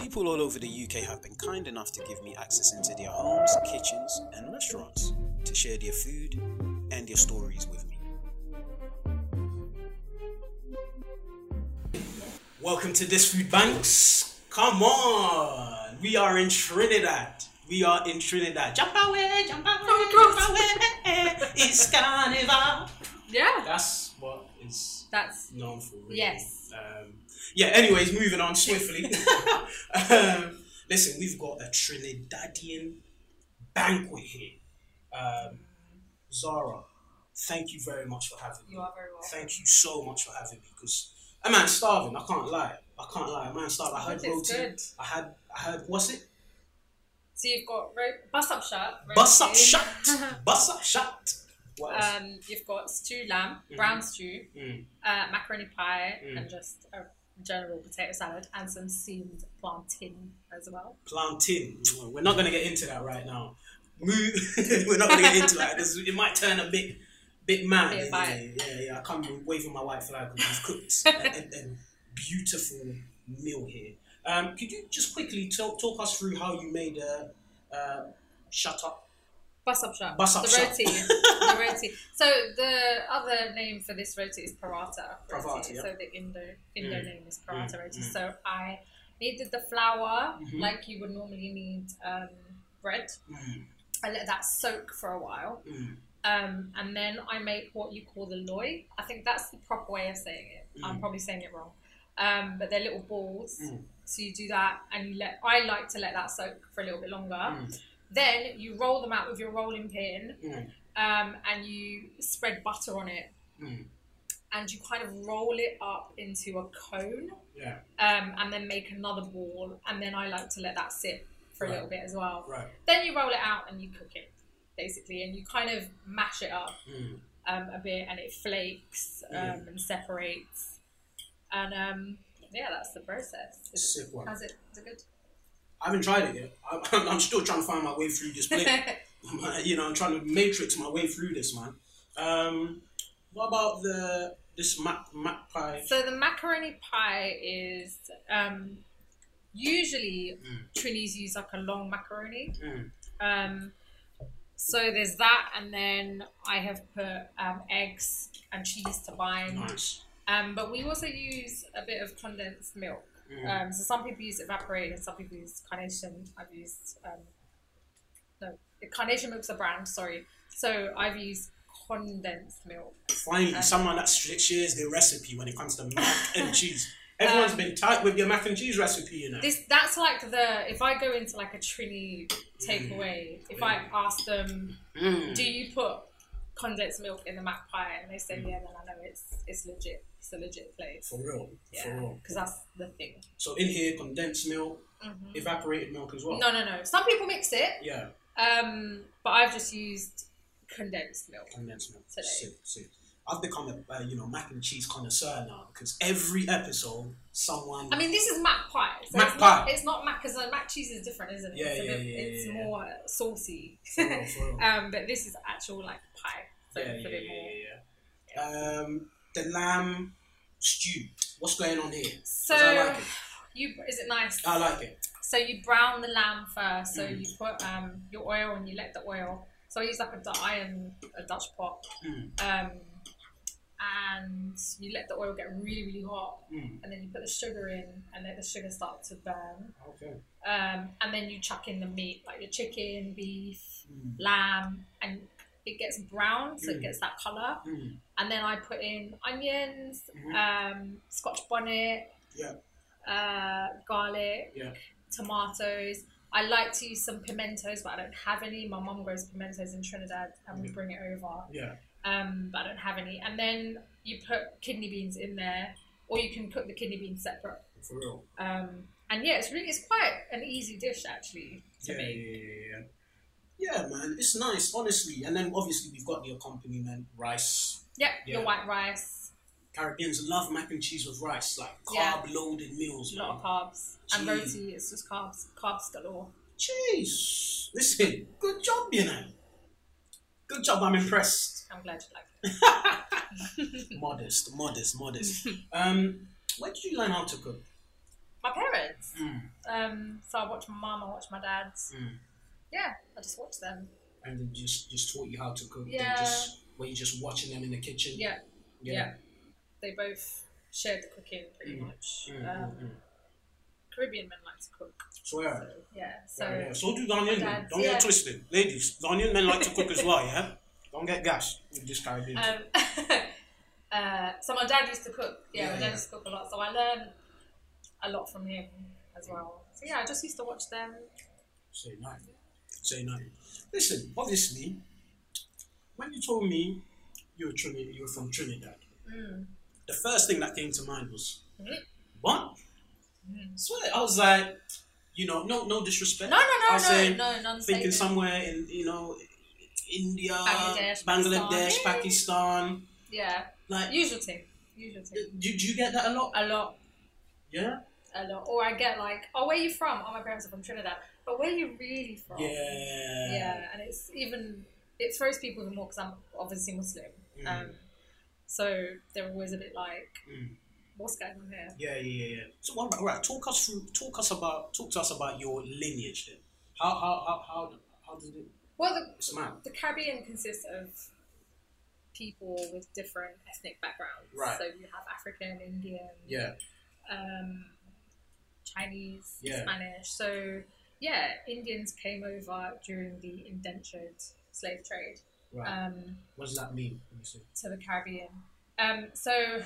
people all over the UK have been kind enough to give me access into their homes, kitchens, and restaurants to share their food and their stories with me. Welcome to This Food Banks. Come on, we are in Trinidad. We are in Trinidad. Jump away, jump away, jump away. It's carnival. Yeah. That's what it's That's known for. Really. Yes. Um, yeah. Anyways, moving on swiftly. um, listen, we've got a Trinidadian banquet here. Um, Zara, thank you very much for having me. you are very well. Thank you so much for having me because a man's starving. I can't lie. I can't lie. A man's starving. I heard It's roti. good. I had. I had. What's it? So you've got ro- bus up shirt. Bus up shut. Bus up shut. What else? Um, you've got stew lamb, brown stew, Mm. uh, macaroni pie, Mm. and just a general potato salad and some steamed plantain as well. plantain. We're not going to get into that right now. Move. We're not going to get into that. This, it might turn a bit, bit mad. Bit yeah, violent. yeah, yeah. I can't be waving my white flag because we've cooked a, a, a beautiful meal here. Um, could you just quickly talk talk us through how you made a uh, shut up? Bus up shirt. Bus up the shop. roti. the roti. So the other name for this roti is paratha. Roti. Paratha, yeah. So the Indo Indo Mm. name is paratha Mm, roti. mm. So I needed the flour Mhm. like you would normally need um, bread. Mm, I let that soak for a while. mm, Um, and then I make what you call the loy. I think that's the proper way of saying it. I'm Mm. probably saying it wrong. Um, but they're little balls. Mm. So you do that and you let I like to let that soak for a little bit longer. mm, Then you roll them out with your rolling pin mm, um, and you spread butter on it mm. and you kind of roll it up into a cone Yeah, um, and then make another ball. And then I like to let that sit for a Right. little bit as well. right. Then you roll it out and you cook it basically and you kind of mash it up Mm. um, a bit and it flakes um, Mm. and separates. And um, yeah, that's the process. Is Sick it, one. how's it? Is it good? I haven't tried it yet. I'm, I'm still trying to find my way through this plate. you know, I'm trying to matrix my way through this, man. Um, what about the this map map pie? so the macaroni pie is um, usually Mm. Trinis use like a long macaroni. Mm. Um, so there's that, and then I have put um, eggs and cheese to bind. Nice. Um, but we also use a bit of condensed milk. Mm. Um, so some people use evaporated and some people use carnation. I've used um, no, the carnation milk's a brand. Sorry, so I've used condensed milk. Finally, uh, someone that sh- shares their recipe when it comes to mac and cheese. Everyone's been tight with your mac and cheese recipe, you know. This that's like the if I go into like a Trini takeaway, if I ask them, Mm. do you put condensed milk in the mac pie, and they say yeah, then I know it's it's legit. It's a legit place. Mm. For real, for Yeah, real. because that's the thing. So in here, condensed milk, Mhm. evaporated milk as well. No, no, no. Some people mix it, Yeah, um, but I've just used condensed milk. condensed milk. Today. Sick, sick. I've become a uh, you know mac and cheese connoisseur now because every episode someone. I mean, this is mac pie. So Mac it's not, pie. It's not mac because mac cheese is different, isn't it? Yeah, it's a yeah, bit- yeah, It's yeah, yeah. more saucy. for real, for real. um, but this is actual like pie. So yeah, it's yeah, a bit more. yeah, yeah, yeah. Um, the lamb stew. What's going on here? 'Cause So I like it. you is it nice? I like it. so you brown the lamb first. So Mm. you put um, your oil and you let the oil. So I use like a du- iron a Dutch pot, Mm, um, and you let the oil get really really hot, mm. and then you put the sugar in and let the sugar start to burn. Okay. Um, and then you chuck in the meat like your chicken, beef, Mm, lamb and it gets brown, so Mm. it gets that colour. mm. And then I put in onions, Mhm. um, scotch bonnet, Yeah. uh, garlic, Yeah. tomatoes. I like to use some pimentos, but I don't have any. My mum grows pimentos in Trinidad and we Mhm. bring it over, Yeah. um, but I don't have any. And then you put kidney beans in there, or you can cook the kidney beans separate. For real. Um, and yeah, it's really it's quite an easy dish actually to Yeah, yeah, make. yeah, yeah. Yeah, man. It's nice, honestly. And then obviously we've got the accompaniment rice. Yep, Yeah. your white rice, Caribbeans love mac and cheese with rice, like Yeah. carb loaded meals. A lot of man. carbs. And Gee. roti, it's just carbs. Carbs galore. Jeez. Listen, good job, you know. Good job. I'm impressed. I'm glad you like it. modest, modest, modest. um, where did you learn how to cook? My my parents. Mm. Um, so I watch my mum, I watch my dad's. Mm. Yeah, I just watch them. And then just just taught you how to cook. Yeah. Then just were you just watching them in the kitchen? Yeah, Yeah. they both shared the cooking pretty Mm. much. Mm, Um, mm, mm. Caribbean men like to cook. Swear. So, yeah, so So, yeah. so do Ghanaian men. Dads, Don't yeah. get twisted. Ladies, Ghanaian men like to cook as well, yeah? Don't get gas with this Caribbean. Um, uh, so my dad used to cook. Yeah, Yeah, my dad yeah. used to cook a lot. So I learned a lot from him as well. So yeah, I just used to watch them. Say nothing. Say nothing. Listen, obviously, when you told me you were, Trini- you were from Trinidad, Mm. the first thing that came to mind was, Mhm. what? Mhm. Swear, I was like, you know, no, no disrespect. No, no, I no, was no, saying, no, none thinking stated. somewhere in, you know, India, Bangladesh, Bangladesh, Pakistan. Pakistan. Yeah, Like, usual thing, usual thing. do, do you get that a lot? A lot, Yeah. a lot. Or I get like, oh, where you from? Oh, my parents are from Trinidad. But where you really from? Yeah. Yeah, and it's even it throws people even more because I'm obviously Muslim. Mm. Um, so they're always a bit like, Mm. what's going on here? Yeah, yeah, yeah, yeah. So all right, all right, talk us through, talk us about, talk to us about your lineage. Then. How, how, how, how, how did it? Well, the, It's mad. the Caribbean consists of people with different ethnic backgrounds. Right. So you have African, Indian, Yeah, um, Chinese, Yeah. Spanish. So yeah, Indians came over during the indentured slave trade right. um, Uh, what does that mean? Let me see. to the Caribbean. Um, so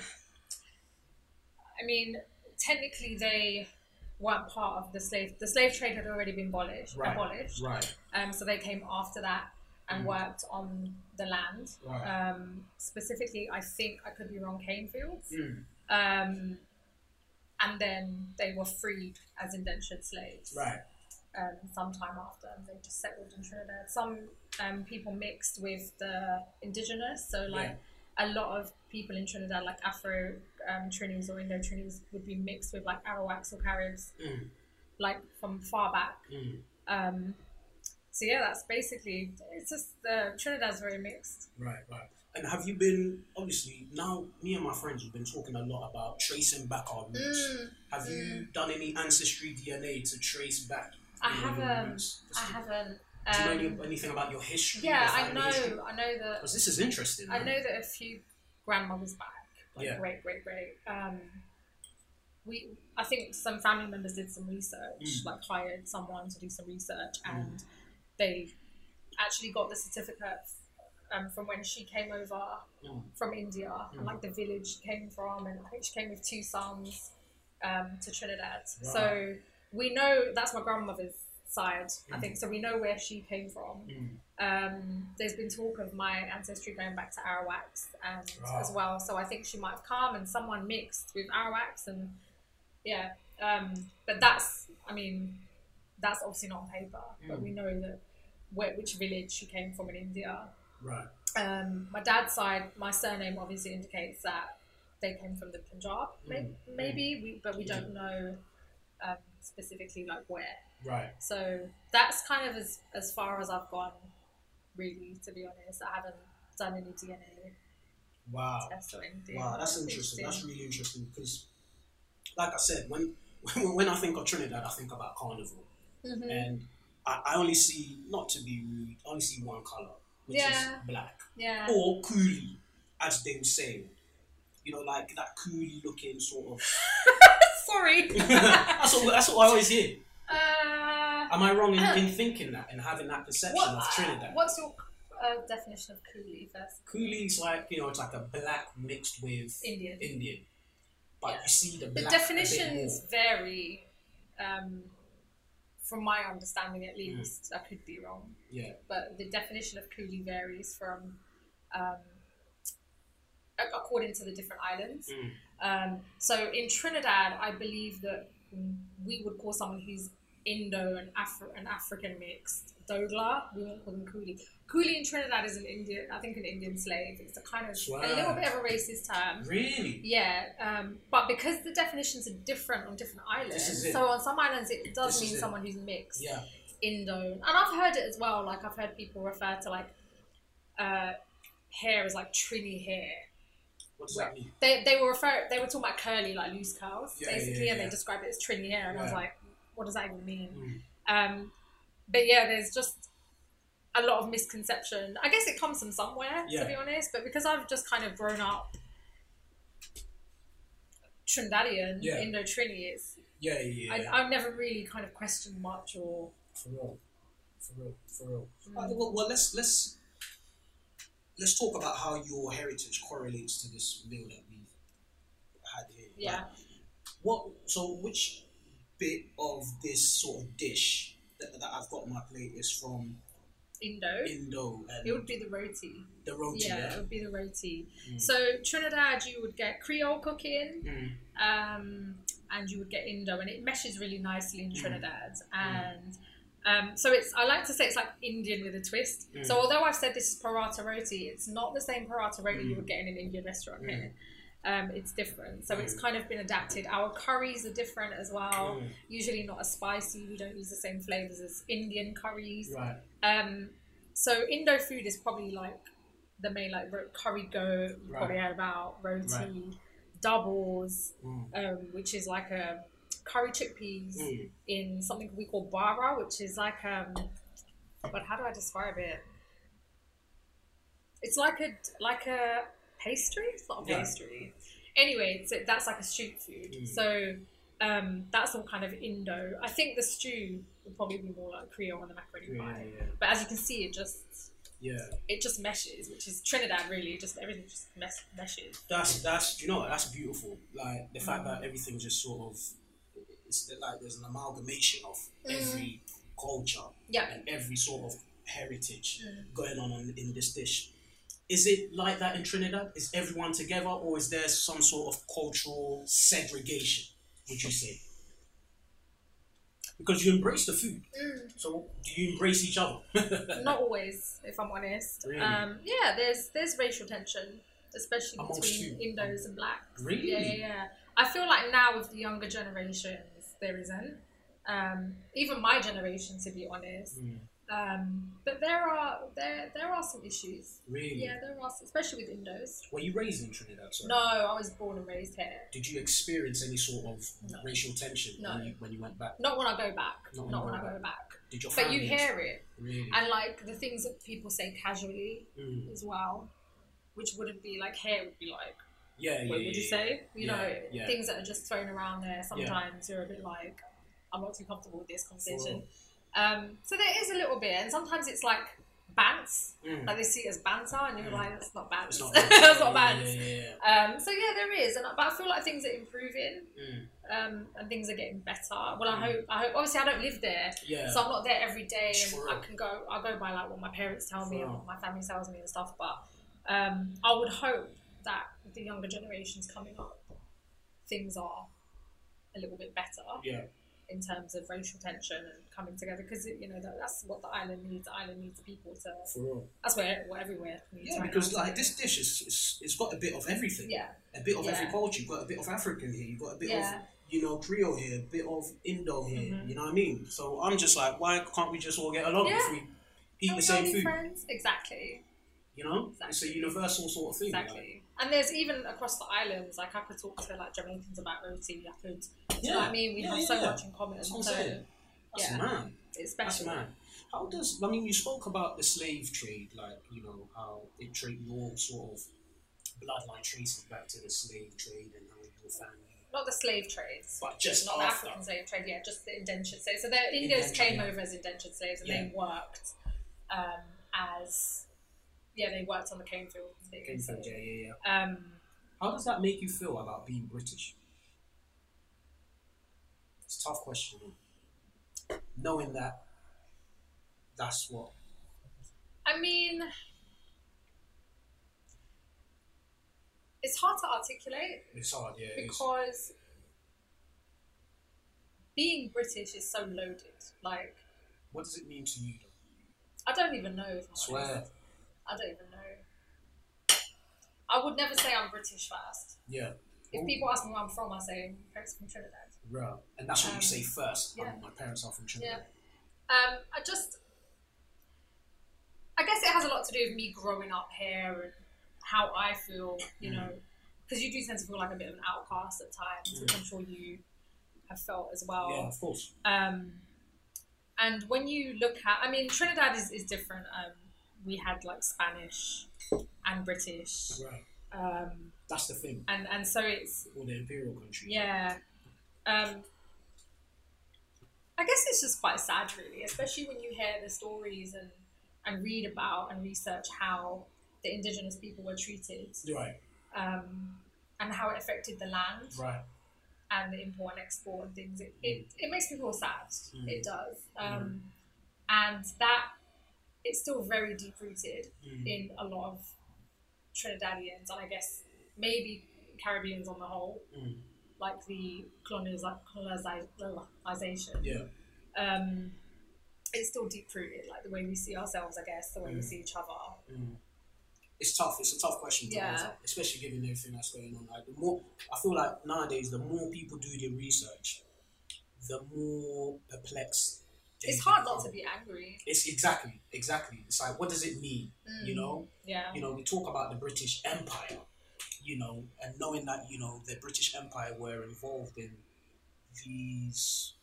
I mean, technically they weren't part of the slave. The slave trade had already been abolished. Right. Abolished. Right, Um, so they came after that and Mm. worked on the land. right. Um, specifically, I think I could be wrong, cane fields. Mm, Um, and then they were freed as indentured slaves right. um, sometime after, and they just settled in Trinidad. Some um, people mixed with the indigenous, so like a lot of people in Trinidad, like Afro um, Trinis or Indo Trinis, would be mixed with like Arawaks or Caribs, Mm, like from far back. mm, Um, so yeah, that's basically. It's just uh, Trinidad's very mixed. right, right. And have you been obviously now? Me and my friends have been talking a lot about tracing back our roots. Mm, have you done any ancestry DNA to trace back? I your have, lineal um, roots? I Just to- haven't. Do you know Um, any, anything about your history? yeah, your I family history? know. I know that. 'Cause this is interesting. I man. know that a few grandmothers back, like Yeah. great, great, great. Um, we, I think some family members did some research, Mm. like hired someone to do some research, Mm. and they actually got the certificate um, from when she came over Mm. from India, Mm. and like the village she came from, and I think she came with two sons um, to Trinidad. Wow. So we know that's my grandmother's side, I Mm. think. So we know where she came from Mm, um, there's been talk of my ancestry going back to Arawaks and Wow. as well. So I think she might have come and someone mixed with Arawaks and yeah. Um, but that's, I mean, that's obviously not on paper, but Mm. we know that where, which village she came from in India. right. Um, my dad's side, my surname obviously indicates that they came from the Punjab, may Mm. maybe, we, but we don't know um, specifically like where. Right. So that's kind of as, as far as I've gone, really, to be honest. I haven't done any DNA Wow. tests or anything. Wow, that's It's interesting. That's been- really interesting because, like I said, when when I think of Trinidad, I think about carnival, Mhm. and I, I only see not to be rude, I only see one color, which Yeah. is black Yeah. or coolie, as they would say. You know, like that coolie looking sort of. Sorry. that's, what, that's what I always hear. uh, Am I wrong in, in thinking that and having that perception what, of Trinidad? what's your uh, definition of coolie first? Coolie's like you know, it's like a black mixed with Indian. Indian. But Yeah. you see the The black a bit definitions more. vary, um, from my understanding at least. Mm. I could be wrong. Yeah. but the definition of coolie varies from um, ac- according to the different islands. Mm. Um, so in Trinidad, I believe that we would call someone who's Indo and Afri- an African mixed Dogla. We won't call them coolie. Coolie in Trinidad is an Indian, I think, an Indian slave. It's a kind of Swear. a little bit of a racist term. Really? Yeah, um, but because the definitions are different on different This is islands, it. so on some islands it does This is mean it. someone who's mixed. Yeah. Indo, and I've heard it as well. Like I've heard people refer to like uh, hair as like Trini hair, What does that mean? They, they were refer- they were talking about curly like loose curls Yeah, yeah, basically, and yeah. they described it as trini hair, and I was Yeah. Mm. like, what does that even mean? Um, but yeah, there's just a lot of misconception. I guess it comes from somewhere Yeah. to be honest, but because I've just kind of grown up Trinidadian, Yeah. Indo Trini, it's Yeah, yeah, yeah. I, I've never really kind of questioned much or for real, for real, for real. Uh, well, well, let's let's let's talk about how your heritage correlates to this meal that we've had here. yeah. right? What? So, which bit of this sort of dish that, that I've got on my plate is from Indo. Indo and It would be the roti. the roti? Yeah, Yeah. it would be the roti. So Trinidad, you would get Creole cooking, Mm. um, and you would get Indo, and it meshes really nicely in Trinidad. And um, so it's I like to say it's like Indian with a twist. So although I've said this is paratha roti, it's not the same paratha roti you would get in an Indian restaurant here. Um, it's different, so it's kind of been adapted. Our curries are different as well. Usually not as spicy. We don't use the same flavors as Indian curries. Right. Um, so Indo food is probably like the main like ro- curry goat. You Right. probably heard about roti, Right. doubles, Mm. um, which is like a curry chickpeas Mm. in something we call bara, which is like um, but how do I describe it? It's like a like a pastry. It's not a Yeah. pastry. Anyway, it's, that's like a street food. Mm. So um, that's all kind of Indo. I think the stew would probably be more like Creole and the macaroni Yeah, pie. yeah. But as you can see, it just Yeah. it just meshes, which is Trinidad really. Just everything just mes- meshes. That's that's do you know what? that's beautiful. Like the fact that everything just sort of it's like there's an amalgamation of every culture. Yeah, and every sort of heritage going on in, in this dish. Is it like that in Trinidad? Is everyone together, or is there some sort of cultural segregation? Would you say? Because you embrace the food, so do you embrace each other? not always, if I'm honest. Really? Um, yeah, there's there's racial tension, especially Amongst between you? Indos and blacks. Really? Yeah, yeah, yeah. I feel like now with the younger generations, there isn't. Um, even my generation, to be honest. Um, but there are there there are some issues. really? Yeah, there are, some- especially with Indos. Were you raised in Trinidad? Sorry? No, I was born and raised here. Did you experience any sort of No. racial tension No. when, you, when you went back? Not when I go back. Not Not, when when you I go go back. Did your But family? you hear it, Really? and like the things that people say casually Mm. as well, which wouldn't be like here would be like, Yeah, yeah. what would yeah, you yeah. say? You Yeah, know, yeah. things that are just thrown around there. Sometimes you're a bit like, I'm not too comfortable with this conversation. Um, so there is a little bit, and sometimes it's like bants, Mm. like they see it as banter, and you're like, that's not bants, It's not. that's not Yeah, bants. yeah, yeah, Um, so yeah, there is, and but I feel like things are improving yeah. Mm. um, and things are getting better. Well, I hope. I hope. Obviously, I don't live there, Yeah. so I'm not there every day, and True. I can go. I go by like what my parents tell me and True. what my family tells me and stuff. But um, I would hope that with the younger generations coming up, things are a little bit better Yeah. in terms of racial tension and coming together because you know that, that's what the island needs. The island needs people to. For real. That's where what everywhere needs. Yeah, right because now. like this dish is, is it's got a bit of everything. Yeah. A bit of every Yeah. culture. You've got a bit of African here. You've got a bit of Yeah. Mm-hmm. you know Creole here, a bit of Indo here. You know what I mean? So I'm just like, why can't we just all get along if Yeah. we eat Don't the we same all be food? friends? Exactly. You know, it's a Exactly. universal sort of thing. like- Exactly. And there's even across the islands, like I could talk to like Jamaicans about roti. I could, do you know what Yeah, I mean? We yeah, have yeah, so yeah. much in common. That's what I'm so saying. That's Yeah. mad. it's That's special. mad. How does I mean? You spoke about the slave trade, like you know how it tra- your sort of bloodline traces back to the slave trade and how your family, Not the slave trades, but just not the after. African slave trade. Yeah, just the indentured slaves. So the Indians Oh, Indentured, came yeah. over as indentured slaves, and Yeah. they worked um, as yeah, they worked on the cane fields. and things, Okay, so, so, yeah, yeah, yeah. Um, How does that make you feel about being British? It's a tough question. isn't it? Knowing that that's what I mean, it's hard to articulate. it's hard, yeah. it's- because being British is so loaded. Like what does it mean to you? Though? I don't even know if I'm Swear. honest. I don't even know. I would never say I'm British first. Yeah. If Ooh, Mm-hmm. people ask me where I'm from, I say my parents are from Trinidad. right. And that's what you Um, say first. yeah. Oh, my parents are from Yeah. Trinidad. Um, I just, Mm. I guess it has a lot to do with me growing up here and how I feel. You know, because you do tend to feel like a bit of an outcast at times, which I'm sure you have felt as well. Mm. Yeah, of course. Um, and when you look at, I mean, Trinidad is, is different. Um, we had like Spanish and British, Right. um, That's the thing. and and so it's All the imperial countries. yeah. Um, I guess it's just quite sad, really, especially when you hear the stories and and read about and research how the indigenous people were treated, Right. um, and how it affected the land Right. and the import and export and things. It, it, it makes me feel sad. Mm. It does. Um, And that it's still very deep rooted Mm. in a lot of Trinidadians and I guess maybe Caribbeans on the whole, Mm. like the colonisa- colonization. Yeah. Um, it's still deep rooted, like the way we see ourselves, I guess, the way we Mm. see each other. Mm. It's tough. It's a tough question to Yeah. answer, especially given everything that's going on. Like the more I feel like nowadays, the more people do their research, the more perplexed. they It's hard become. not to be angry. It's exactly, exactly. It's like, what does it mean? You Mm. know, Yeah. you know, we talk about the British Empire, you know, and knowing that you know the British Empire were involved in these,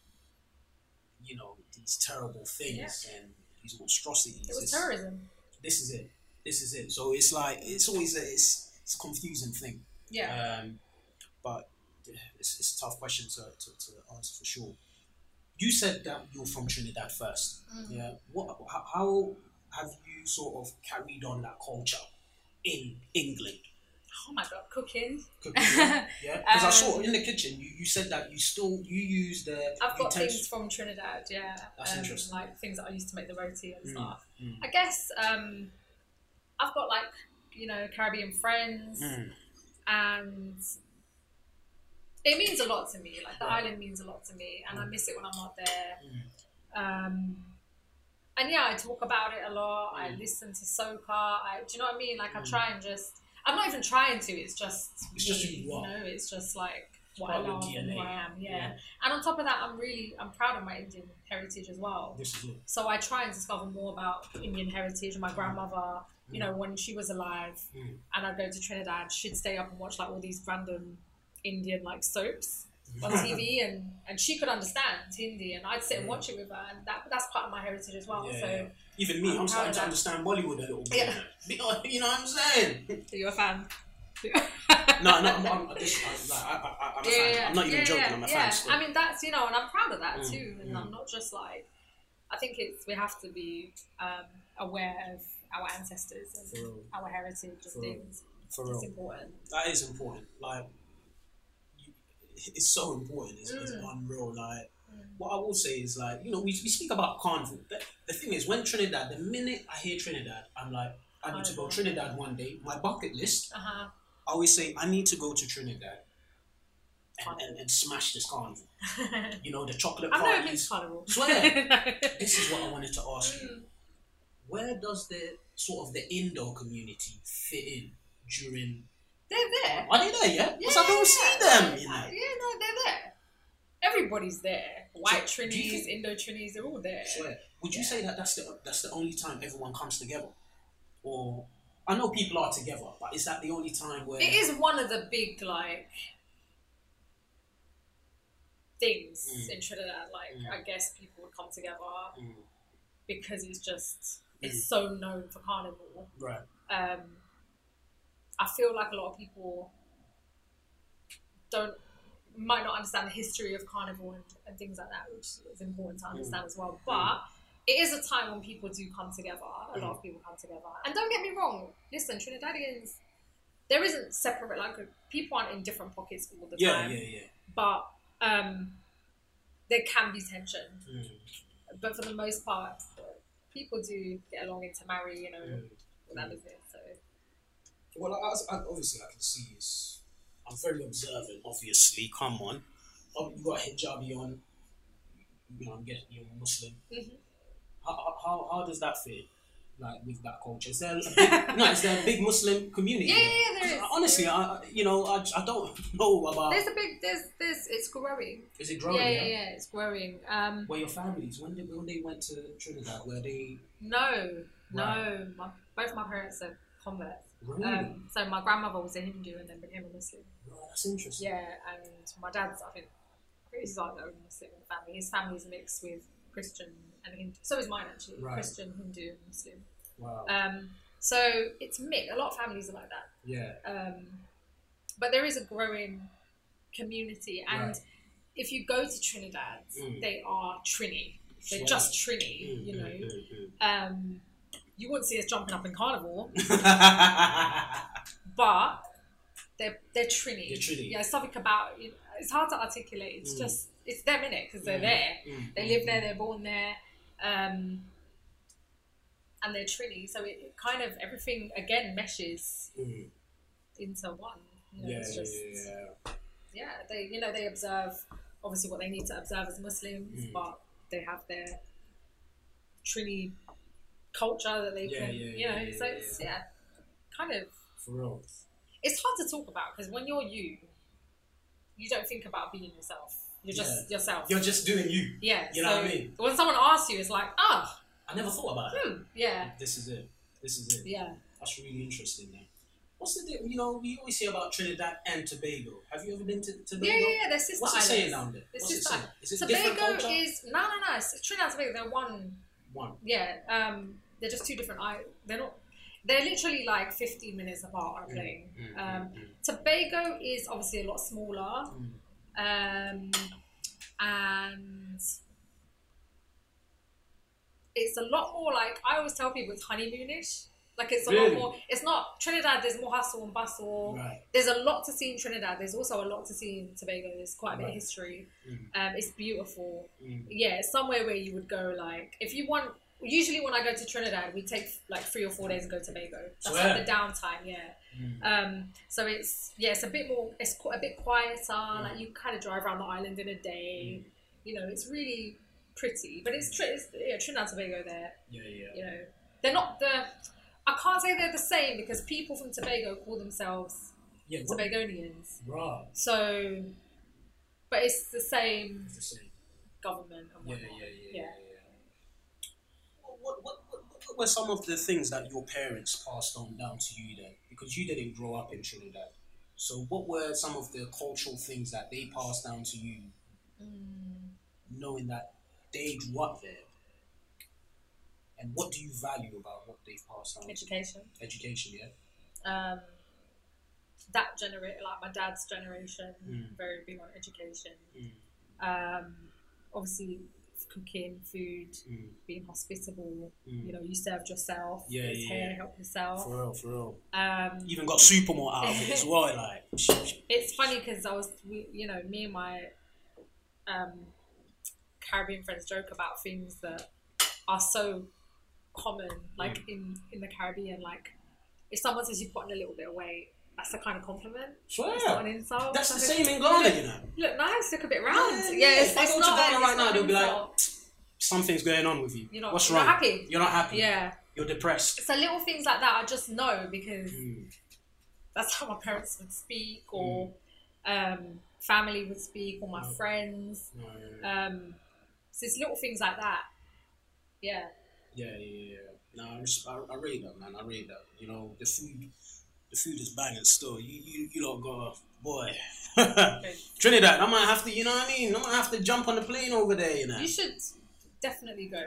you know, these terrible things and these monstrosities. It was It's- terrorism. this is it. This is it. So it's like it's always a, it's it's a confusing thing. Yeah. Um, but it's, it's a tough question to, to, to answer for sure. You said that you're from Trinidad first. Mm. Yeah. What? How, how have you sort of carried on that culture in England? Oh my god, cooking. Cooking, yeah. Because I saw Um, in the kitchen. You, you said that you still you use the. I've got utensil- things from Trinidad, yeah. That's um, interesting. Like things that I used to make the roti and Mm, stuff. mm. I guess um, I've got like you know Caribbean friends, Mm, and it means a lot to me. Like the Right. island means a lot to me, and I miss it when I'm not there. mm, Um, and yeah, I talk about it a lot. I Mm. listen to soca. I, do you know what I mean? Like I Mm. try and just. I'm not even trying to. It's just. It's just me, who you are. know, it's just like what I part of your love and who DNA. I am. yeah. yeah. And on top of that, I'm really I'm proud of my Indian heritage as well. This is it. So I try and discover more about Indian heritage. My grandmother, you know, when she was alive, Mm. and I'd go to Trinidad, she'd stay up and watch like all these random Indian like soaps on TV, and and she could understand Hindi, and I'd sit and watch it with her, and that that's part of my heritage as well. Yeah, so yeah. Even me, I'm, I'm proud starting of to that. understand Bollywood a little bit. Yeah. You know you know what I'm saying? are you a fan? no, no, I'm, I'm, this, I'm, like, I, I, I'm a fan. I'm not even yeah, joking. yeah, I'm a yeah. fan. Still. I mean, that's you know, and I'm proud of that Mm, too. And mm. I'm not just like, I think it's we have to be um, aware of our ancestors and For real. our heritage and For real. things. For It's real, important. that is important. Like, you, it's so important. It's, it's Mm. unreal. Like, Mm. what I will say is like, you know, we, we speak about carnival. The, the thing is, when Trinidad, the minute I hear Trinidad, I'm like, I need to Oh, go Trinidad one day. My bucket list. Uh huh. I always say I need to go to Trinidad. And, and, and smash this carnival. You know, the chocolate I've never been to parties. carnival. Swear. No. This is what I wanted to ask you. Mm. where does the sort of the indoor community fit in during? They're there. Are they there yet? Because I Yeah, don't see them. You Yeah, know. no, they're there. Everybody's there. White So, do you Trinities, think- Indo Trinities, they're all there. I swear. Would you Yeah. say that that's the that's the only time everyone comes together, or I know people are together, but is that the only time where It is one of the big like things Mm. in Trinidad. Like Mm. I guess people would come together Mm, because it's just it's so known for carnival. right? Um, I feel like a lot of people don't might not understand the history of carnival and, and things like that, which is important to Mm. understand as well. But it is a time when people do come together. A lot Mm. of people come together. And don't get me wrong, listen, Trinidadians, there isn't separate like people aren't in different pockets all the Yeah, time. yeah, yeah. But um, there can be tension. Mm, But for the most part, people do get along and to marry, you know, mm. all that business. So Well, I, I, obviously I can see is I'm very observant. Obviously, come on. Oh, you got a hijabi on. You know, I'm getting you're a Muslim. Mhm. How, how- how, how does that fit? Like with that culture, is there a big, no? Is there a big Muslim community? Yeah, there? yeah, yeah, there 'Cause is. Honestly, There I you know I, I don't know about. There's a big, there's, there's, it's growing. is it growing? yeah, yeah, yeah, it's growing. Um, Where your families when they when they went to Trinidad, where they no, no, Right. my, both my parents are converts. Really? Um, so my grandmother was a Hindu and then became a Muslim. Wow, that's interesting. Yeah, and my dad's I think I think he's like the only Muslim in the family. His family's mixed with Christian and Hindu. So is mine actually. Right. Christian, Hindu, and Muslim. Wow. Um, so it's mixed. A lot of families are like that. yeah. um, but there is a growing community and Right. if you go to trinidad Mm. they are trini they're Sure. just trini Mm, you mm, know mm, um, you wouldn't see us jumping up in carnival mm. but they're, they're trini They're Trini. yeah something about you know, it's hard to articulate it's Mm. just it's them in it because they're Mm. there Mm, they mm, live there mm. they're born there um, and they're trini so it, it kind of everything again meshes Mm. into one you know, Yeah, it's yeah, just yeah, yeah. yeah, they you know they observe obviously what they need to observe as Muslims, Mm. but they have their Trini culture that they Yeah, can, yeah, you know. yeah, yeah, so yeah, it's yeah. yeah. kind of For real. it's hard to talk about because when you're you, you don't think about being yourself. You're just yourself. You're just doing you. yeah, you know so what I mean? When someone asks you, it's like, ah, I never thought about it. hmm, yeah, This is it. This is it. yeah. That's really interesting, man. What's the deal? You know, we always hear about Trinidad and Tobago. Have you ever been to Tobago? Yeah, yeah, yeah, they're sister What's it islands. saying down there? It's What's it just saying? Is it different Tobago culture? is no, no, no. It's Trinidad and Tobago. They're one One. Yeah, um, they're just two different. I they're not. They're literally like 15 minutes apart on Mm, a plane. Um, Tobago is obviously a lot smaller, Mm. um, and it's a lot more like I always tell people it's honeymoonish. Like it's a Really? lot more. It's not Trinidad. There's more hustle and bustle. Right. There's a lot to see in Trinidad. There's also a lot to see in Tobago. There's quite a bit Right. of history. Mm. Um, it's beautiful Mm. yeah, it's somewhere where you would go like if you want. Usually, when I go to Trinidad, we take like three or four days and go to Tobago. That's Swear. like the downtime, yeah. Mm. Um, so it's yeah, it's a bit more, it's qu- a bit quieter. Mm. Like you kind of drive around the island in a day. You know, it's really pretty, but it's, tr- it's yeah, Trinidad and Tobago. There, Yeah, yeah. you know, they're not the. I can't say they're the same because people from Tobago call themselves Yeah, what? Tobagonians. Bruh. So, but it's the same It's the same. government. And Yeah, whatnot. yeah, yeah, yeah. Yeah. yeah. What, what, what, what were some of the things that your parents passed on down to you then? Because you didn't grow up in Trinidad. So, what were some of the cultural things that they passed down to you, Mm. knowing that they grew up there? And what do you value about what they've passed down? to you? education. Education, yeah? Um, that generate like my dad's generation, Mm. very big on education. Mm, Um, obviously, cooking, food, mm, being hospitable. mm. You know, you served yourself. Yeah, it's yeah, here, yeah. help yourself. For real, for real. Um, Even got Supermore out of it as well, like. it's funny because I was, we, you know, me and my um, Caribbean friends joke about things that are so common, like Mm. in in the Caribbean. Like, if someone says you've gotten a little bit of weight, that's a kind of compliment. It's not Sure. an insult. That's the Something- same in Ghana, you know. Look nice, look a bit round. Yeah, Yeah, yeah. it's, If I it's go to not. Ghana it's right not now, they'll be like, insult. Something's going on with you. You're not- What's you're wrong? not happy. You're not happy. yeah. You're depressed. So little things like that, I just know because Mm, that's how my parents would speak, or um, family would speak, or my Mm. friends. no, no, no. Um, so it's little things like that. Yeah. Yeah, yeah, yeah. No, I, res- I, I read that, man. I read that. You know, the food, the food is banging still. You, you, you don't go, boy. Trinidad, I might have to. You know what I mean? I might have to jump on the plane over there. You know, You should definitely go.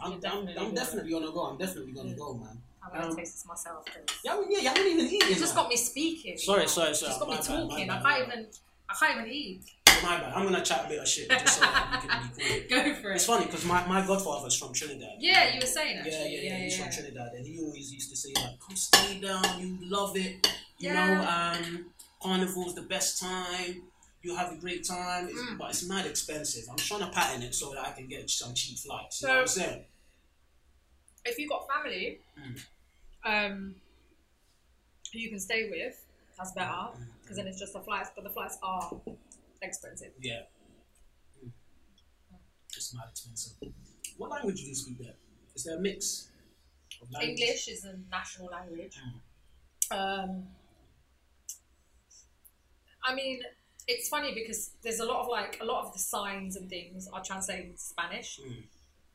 I'm, should I'm, definitely I'm go. definitely gonna go. I'm definitely gonna Yeah. go, man. I'm gonna Um, taste this myself. 'cause Yeah, I mean, yeah, you haven't even eaten. It's just man. got me speaking. Sorry, like, sorry, it's sorry, Just got me my bad, my talking. bad, I can't my even. I can't even eat. My bad. I'm gonna chat a bit of shit just so that you can be cool. Go for It's it. funny because my, my godfather's from Trinidad. Yeah, you were saying Yeah, actually. yeah, yeah, He's yeah. from Trinidad, and he always used to say like, "Come stay down, you love it. You know, um, carnival's the best time. You'll have a great time, it's, Mm. but it's mad expensive. I'm trying to pattern it so that I can get some cheap flights. You So- know what I'm saying? if you got family Mm. um, who you can stay with, that's better because then it's just the flights, but the flights are expensive. Yeah, Mm. it's mad expensive. What language do you speak there? Is there a mix? Of languages? English is a national language. Mm. Um, I mean, it's funny because there's a lot of like a lot of the signs and things are translated into Spanish, Mm.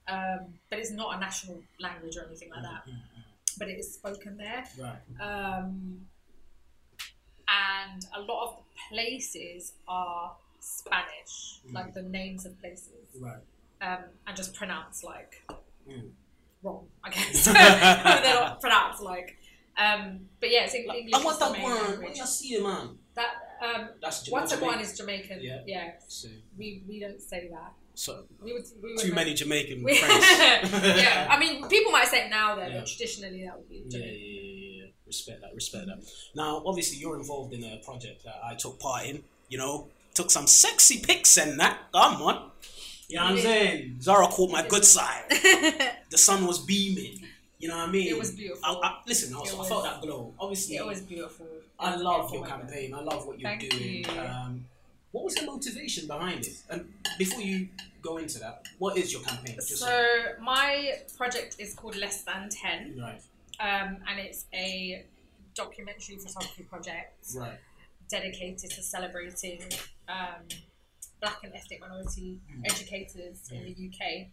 um, but it's not a national language or anything like that. Mm, mm, mm. but it is spoken there. Right. Um, and a lot of the places are Spanish, Mm. like the names of places, Right. um, and just pronounced like Mm. wrong, I guess. They're not pronounced like. Um, but yeah, it's Eng- Like, English. I is want the that main one. What language. you see, man? That um, That's J- once a Jamaican. one is Jamaican. Yeah. Yeah. So, we we don't say that. so We would. We would too many Jamaican We- friends. yeah, I mean, people might say it now though, Yeah. but traditionally that would be Yeah, yeah, Jamaican. yeah, yeah. Respect that. Respect that. Now, obviously, you're involved in a project that I took part in. You know, took some sexy pics and that. Come on. You know what I'm Yeah. saying? Zara caught my good side. The sun was beaming. You know what I mean? It was beautiful. I, I, listen, I, was, It I felt was- that glow. Obviously, it was beautiful. I It was love beautiful your moment. campaign. I love what you're Thank doing. you. Um, what was the motivation behind it? And before you go into that, what is your campaign? So my project is called Less Than Ten, right, um, and it's a documentary photography project right, dedicated to celebrating um, black and ethnic minority Mm. educators in the UK.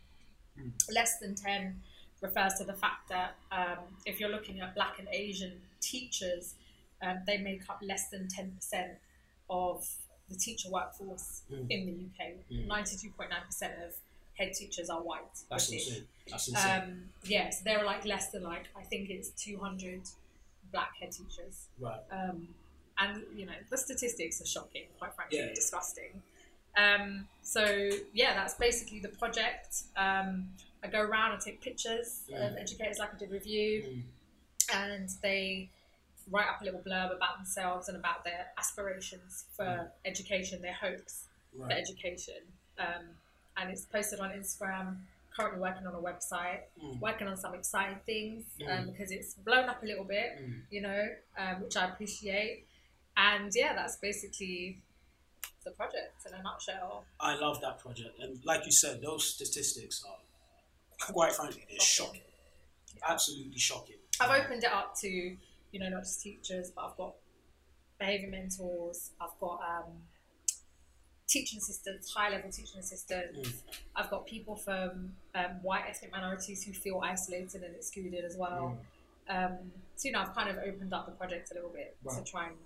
Less than 10 refers to the fact that um, if you're looking at black and Asian teachers, um, they make up less than 10% of the teacher workforce Mm. in the UK. 92.9% of head teachers are white. that's British. insane. That's insane. Um, yeah, so they're like less than like, I think it's 200 black head teachers right, um, and you know the statistics are shocking, quite frankly, Yeah, yeah. disgusting. Um, so yeah, that's basically the project. Um, I go around and take pictures of Mm. educators, like I did with you, Mm. and they write up a little blurb about themselves and about their aspirations for Mm. education, their hopes for right. education, um, and it's posted on Instagram. Currently working on a website, Mm. working on some exciting things Mm. um, because it's blown up a little bit Mm. you know, um, which I appreciate. And yeah, that's basically the project in a nutshell. I love that project, and like you said, those statistics are quite frankly they're shocking, Shocking. absolutely shocking. I've opened it up to, you know, not just teachers, but I've got behaviour mentors, I've got um, teaching assistants, high level teaching assistants, Mm. I've got people from um, white ethnic minorities who feel isolated and excluded as Mm. well. Um, so, you know, I've kind of opened up the project a little bit to Right. try and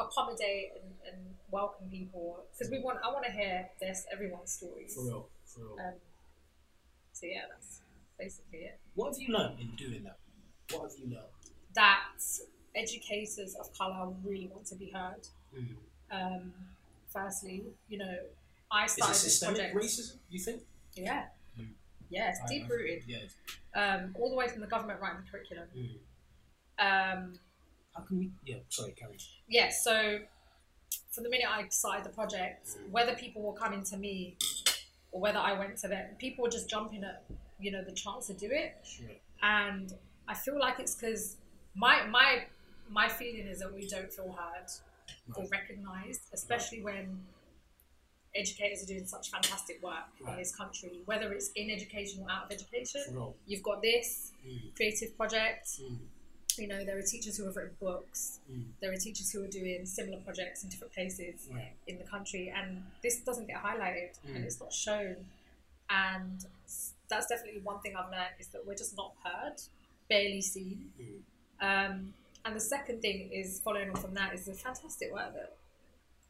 accommodate and, and welcome people because we want I want to hear this everyone's stories. for real, for real. Um, so yeah, that's basically it. What have you learned in doing that? What have you learned? That educators of colour really want to be heard. Mm. Um, firstly, you know, I Is it started this systemic project. racism? You think? Yeah. Mm. Yeah, it's I- I- deep rooted. Yeah. Um, all the way from the government writing the curriculum. Mm. Um, How can we? Yeah. Sorry, carry on. yeah, so for the minute I started the project, whether people were coming to me or whether I went to them, people were just jumping at, you know, the chance to do it. Sure. and I feel like it's because my my my feeling is that we don't feel heard or recognised, especially when educators are doing such fantastic work Right. in this country, whether it's in education or out of education. For real. You've got this Mm. creative project. Mm. You know, there are teachers who have written books. Mm. There are teachers who are doing similar projects in different places Right. in the country, and this doesn't get highlighted Mm. and it's not shown. And s- that's definitely one thing I've learned is that we're just not heard, barely seen. Mm. Um, and the second thing is following on from that is the fantastic work that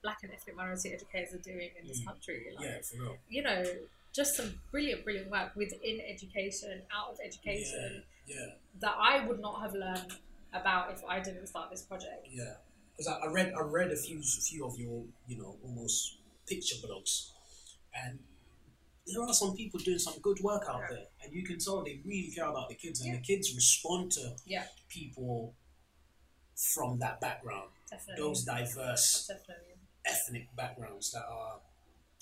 black and ethnic minority educators are doing in this Mm. country. Like, Yeah, for real. You know, just some brilliant, brilliant work within education, out of education, Yeah, that I would not have learned about if I didn't start this project. yeah. Because I, I read, I read a few, few of your, you know, almost picture blogs, and there are some people doing some good work out Yeah. there, and you can tell they really care about the kids, and Yeah. the kids respond to Yeah. people from that background, Definitely. those diverse Definitely. ethnic backgrounds that are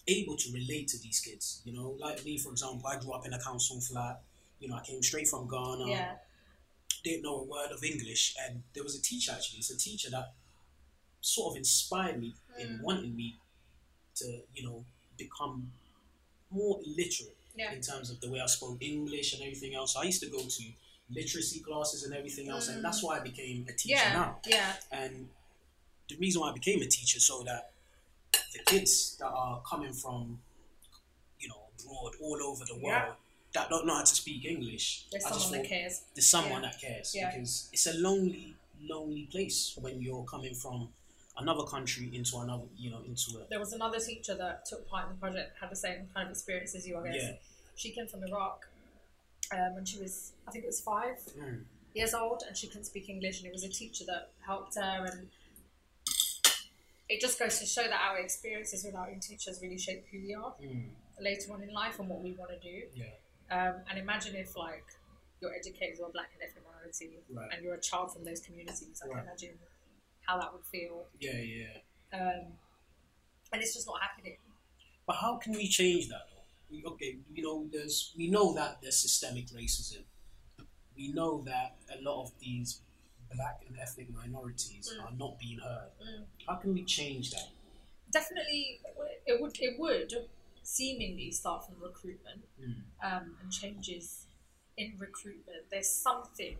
able to relate to these kids. You know, like me, for example, I grew up in a council flat. You know, I came straight from Ghana. Yeah. didn't know a word of English, and there was a teacher actually. It's a teacher that sort of inspired me in Mm. wanting me to, you know, become more literate Yeah. in terms of the way I spoke English and everything else. I used to go to literacy classes and everything else, and Mm. that's why I became a teacher Yeah. now. Yeah. And the reason why I became a teacher so that the kids that are coming from, you know, abroad all over the world, Yeah. that don't know how to speak English. There's I just someone that thought, cares. there's someone Yeah. that cares Yeah. because it's a lonely, lonely place when you're coming from another country into another, you know, into a There was another teacher that took part in the project, had the same kind of experience as you, I guess. yeah. She came from Iraq um, when she was, I think it was five Mm. years old, and she couldn't speak English, and it was a teacher that helped her. And it just goes to show that our experiences with our own teachers really shape who we are Mm. later on in life and what we want to do. Yeah. Um, and imagine if, like, your educators were black and ethnic minority, Right. and you're a child from those communities. I Right. can imagine how that would feel. Yeah. Yeah. um, and it's just not happening. But how can we change that? Though? We- Okay, you know, there's we know that there's systemic racism. We know that a lot of these black and ethnic minorities Mm. are not being heard. Mm. How can we change that? Definitely, it would it would seemingly start from recruitment Hmm. um, and changes in recruitment. There's something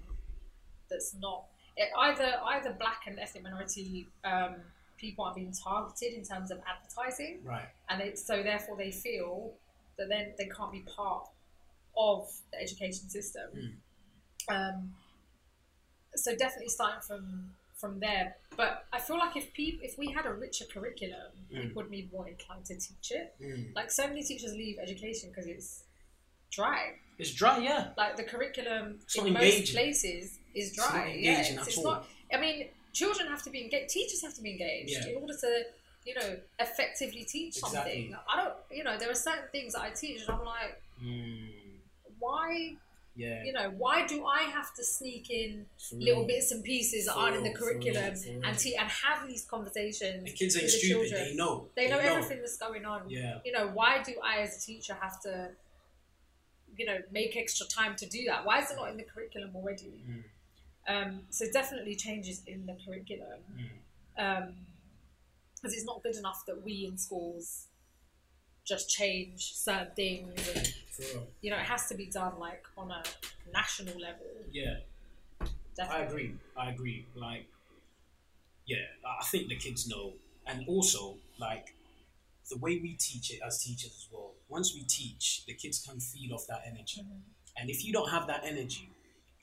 that's not it, either either black and ethnic minority um, people are being targeted in terms of advertising, Right. and it, so therefore they feel that then they can't be part of the education system. Hmm. Um, so definitely starting from from there. But I feel like if peop if we had a richer curriculum, Mm. people would be more inclined to teach it. Hmm. Like so many teachers leave education because it's dry. It's dry, yeah. Like the curriculum It's not in most engaging. places is not dry. yeah, engaging it's, at it's all. not. I mean, children have to be engaged. Teachers have to be engaged Yeah. in order to, you know, effectively teach Exactly. something. I don't, you know, there are certain things that I teach, and I'm like, why, Hmm. Yeah. you know, why do I have to sneak in for little real. bits and pieces that Mm. For aren't in the real, for real, curriculum for real. and te- and have these conversations. The kids ain't with the stupid. children. They know. They know everything that's going on. Yeah. You know, why do I as a teacher have to, you know, make extra time to do that? Why is it not in the curriculum already? Mm. Um, so definitely changes in the curriculum Mm. because it's not good enough that we in schools just change certain things. And, For real. you know, it has to be done like on a national level. Yeah. I Definitely. agree. I agree. Like, yeah, I I think the kids know, and also like the way we teach it as teachers as well. Once we teach, the kids can feed off that energy, Mhm. and if you don't have that energy,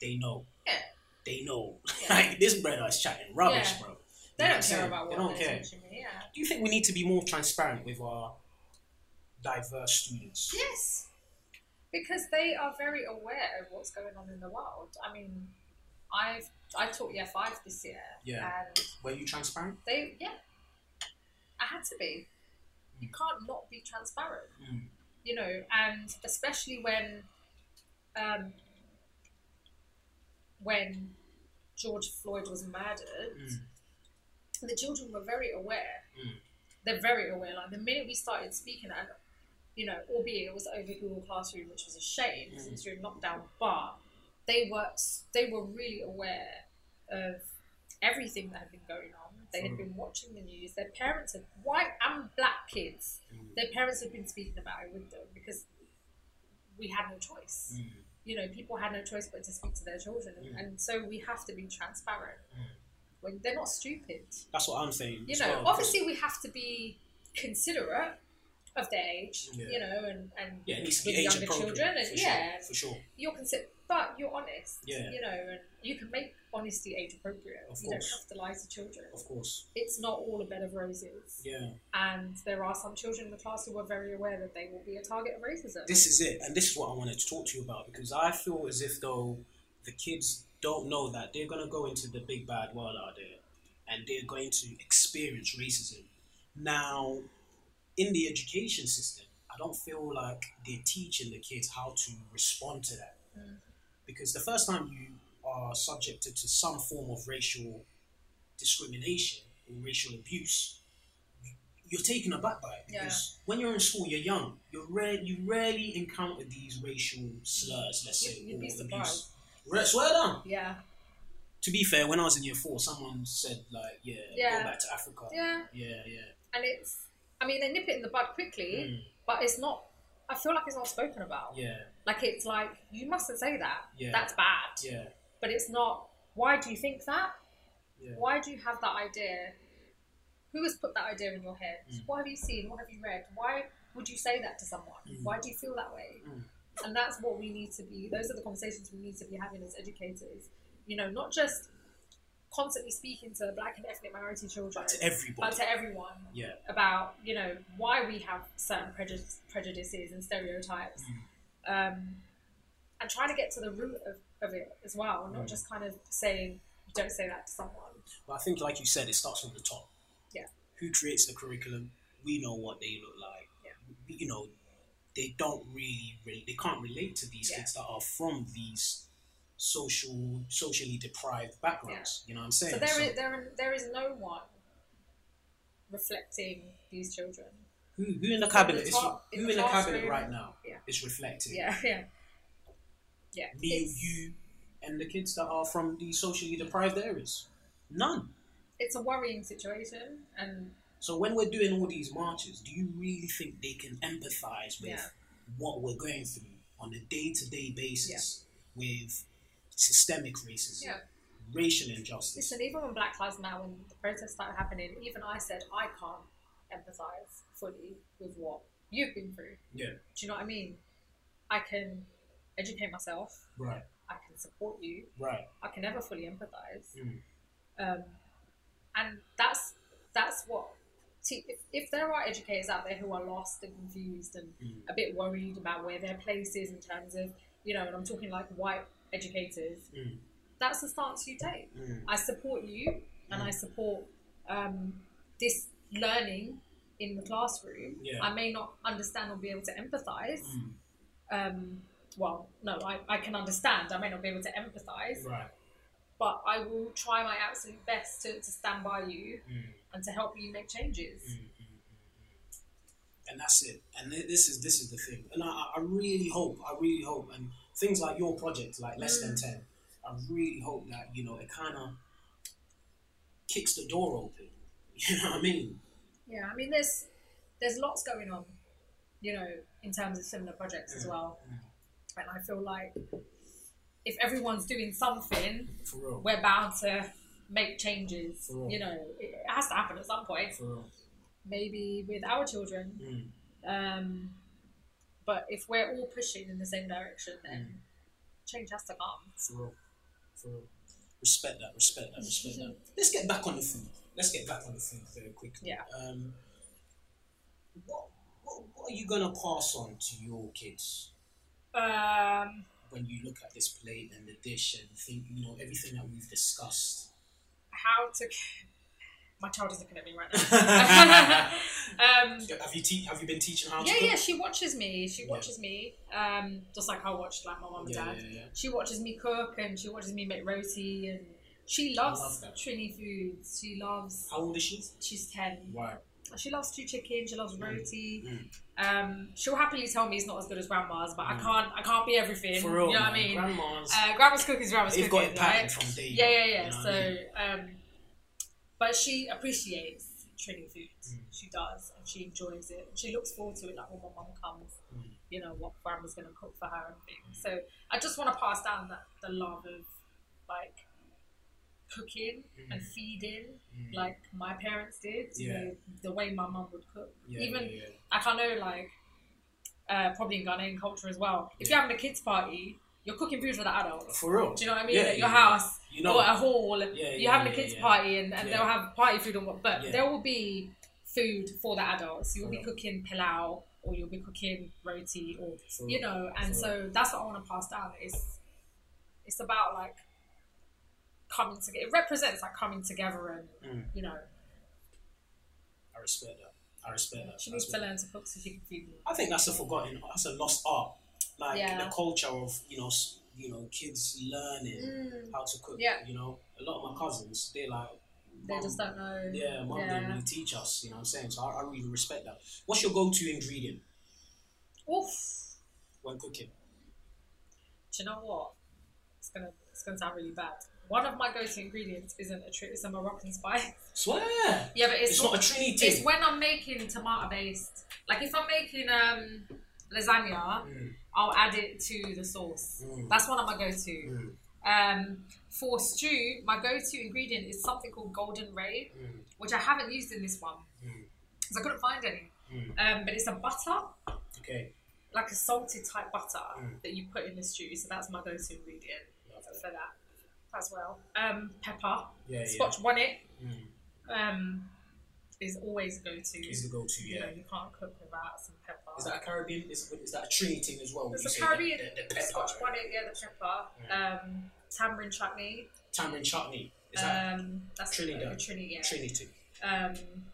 they know. Yeah. They know. Yeah. like this brother is chatting rubbish, Yeah. bro. You They don't know I'm care saying? about what They don't they're care. teaching me. Yeah. Do you think we need to be more transparent with our diverse students? Yes, because they are very aware of what's going on in the world. I mean, I've I taught year five this year, Yeah. and Were you transparent? they yeah, I had to be. You can't not be transparent, Mm. you know, and especially when, um, when George Floyd was murdered, Mm. the children were very aware. Mm. They're very aware. Like the minute we started speaking, and you know, albeit it was over Google Classroom, which was a shame because it Mm. was during lockdown, but they were they were really aware of everything that had been going on. They had Mm. been watching the news. Their parents had white and black kids. Mm. Their parents had been speaking about it with them because we had no choice Mm. you know, people had no choice but to speak to their children, Mm. and so we have to be transparent. Mm. When they're not stupid, That's what I'm saying. you as know. well, 'cause- obviously, we have to be considerate of their age, Yeah. you know, and and Yeah, it needs to with be age younger appropriate. children, and for yeah, sure, for sure. you're consider, but you're honest, Yeah. you know, and you can make honesty age appropriate. Of you course. don't have to lie to children. Of course. It's not all a bed of roses, Yeah. and there are some children in the class who are very aware that they will be a target of racism. This is it, and this is what I wanted to talk to you about because I feel as if though the kids don't know that they're gonna go into the big bad world out there, and they're going to experience racism. Now, in the education system, I don't feel like they're teaching the kids how to respond to that, Mm. because the first time you are subjected to some form of racial discrimination or racial abuse, you're taken aback by it Yeah. because when you're in school, you're young. You're rare, you rarely encounter these racial slurs, let's You'd- say, you'd or be surprised. abuse. Re- swear down. yeah, To be fair, when I was in year four, someone said like, "Yeah, Yeah. go back to Africa." yeah. yeah, yeah. and it's I mean they nip it in the bud quickly, Mm, but it's not. I feel like it's not spoken about. yeah, Like it's like you mustn't say that. Yeah. That's bad. yeah, But it's not. Why do you think that? yeah. Why do you have that idea? Who has put that idea in your head? Mm. What have you seen? What have you read? Why would you say that to someone? Mm. Why do you feel that way? Mm. And that's what we need to be, those are the conversations we need to be having as educators. You know, not just constantly speaking to black and ethnic minority children, But to everybody. but to everyone yeah. about, you know, why we have certain prejudice, prejudices and stereotypes. Mm. Um, and trying to get to the root of, of it as well, not Mm. just kind of saying, don't say that to someone. But I think, like you said, it starts from the top. Yeah. Who creates the curriculum? We know what they look like. Yeah. We- You know, they don't really, really they can't relate to these Yeah. kids that are from these social, socially deprived backgrounds. You know what I'm saying? So there is there are- there is no one reflecting these children. who, who in the From the cabinet? is- top, in who the in the cabinet classroom. right now Yeah. is reflecting? Yeah, yeah, yeah. Me, It's, you, and the kids that are from these socially deprived areas. None. it's a worrying situation, and So when we're doing all these marches, do you really think they can empathize with Yeah. what we're going through on a day-to-day basis with systemic racism, yeah. racial injustice? Listen, even when Black Lives Matter, when the protests started happening, even I said I can't empathize fully with what you've been through. Yeah, Do you know what I mean? I can educate myself. right, I can support you. right. I can never fully empathize. Mm. Um, and that's that's what te- if, if there are educators out there who are lost and confused and Mm. a bit worried about where their place is in terms of you know, and I'm talking like white educators. Mm. That's the stance you take. Mm. I support you, and I support um, this learning in the classroom. Yeah. I may not understand or be able to empathize. Mm. Um, well, no, I, I can understand. I may not be able to empathize, Right. but I will try my absolute best to, to stand by you Mm. and to help you make changes. and that's it. And thi- this is this is the thing. And I, I- I really hope, I really hope, and things like your project, like less than Mm. ten, I really hope that you know it kind of kicks the door open. You know what I mean? Yeah, I mean, there's there's lots going on, you know, in terms of similar projects as Mm, well. mm. And I feel like if everyone's doing something, For real. we're bound to make changes. Sure. You know, it it has to happen at some point. For real. Maybe with our children, Mm. um, but if we're all pushing in the same direction, Mm. then change has to come. For real. For real. Respect that. Respect that. Respect that. Let's get back on the food. Let's get back on the food very quickly. Yeah. Um, what, what what are you gonna pass on to your kids? Um, when you look at this plate and the dish and think, you know, everything that we've discussed. how to. My child is looking at me right now. um, Have you te- have you been teaching how to yeah, cook? yeah, she watches me. She Yeah. watches me, um, just like I watched like my mum and Yeah, dad. yeah, yeah. She watches me cook and she watches me make roti and she I loves love that. Trini foods. She loves. How old is she? She's ten. Right. She loves stew chicken. She loves roti. Mm. Um, she'll happily tell me it's not as good as grandma's, but I Mm. can't. I can't be everything. For real, you know man. what I mean? Grandma's. uh, grandma's cooking is grandma's they've cooking. got it right? patterned from day. Yeah, yeah, yeah. one, you know what I mean? so, um, but she appreciates Trini Mm. foods. She does, and she enjoys it. She looks forward to it, like when my mum comes, Mm. you know, what grandma's going to cook for her and things. So, I just want to pass down that the love of like cooking and Mm. feeding, Mm. like my parents did. you Yeah. know, the way my mum would cook, yeah, even yeah, yeah. like I know, like uh, probably in Ghanaian culture as well. If Yeah. you're having a kids' party, you're cooking food for the adults. for real. Do you know what I mean? Yeah, At your yeah, house You know. or a hall. yeah, you're yeah, having a yeah, kids' yeah. party, and, and Yeah. they'll have party food and what. But Yeah. Uh-huh. there will be food for the adults. You'll be Right. cooking pilau, or you'll be cooking roti, or For you real. know. And Sure. so that's what I want to pass down. It's it's about like coming together. It represents like coming together, and Mm. you know, I respect that. I respect that. she That's needs to what- learn to cook so she can feed me. I think that's a forgotten. That's a lost art. Like Yeah. the culture of you know s- you know kids learning Mm. how to cook. Yeah. You know, a lot of my cousins they like. They "Mum, just don't know. Yeah, mum didn't yeah. really teach us, you know what I'm saying? So I, I really respect that. What's your go to ingredient Oof. when cooking? do you know what? It's gonna it's gonna sound really bad. One of my go-to ingredients isn't a tri- it's a Moroccan spice. Swear! yeah, but it's, It's, not a Trini it's thing. when I'm making tomato based. Like if I'm making um lasagna, Mm, I'll add it to the sauce. Mm. That's one of my go-to. mm, Um, for stew, my go-to ingredient is something called golden ray, mm, which I haven't used in this one mm, because I couldn't find any. mm. Um, but it's a butter. Okay. like a salted type butter Mm. that you put in the stew. So that's my go-to ingredient Love for that as well. Um, pepper, Yeah, yeah. Scotch bonnet Mm. um, is always a go-to. Is the go-to, You know, yeah. you can't cook without some pepper. Is that a Caribbean? Is, is that a Trini thing as well? when There's you a say Caribbean the, the, the pepper, Scotch bonnet, yeah, the pepper, um, tamarind chutney. tamarind chutney. Is that Um, that's Trinidad? uh, Trinity, yeah. Trini too? Um,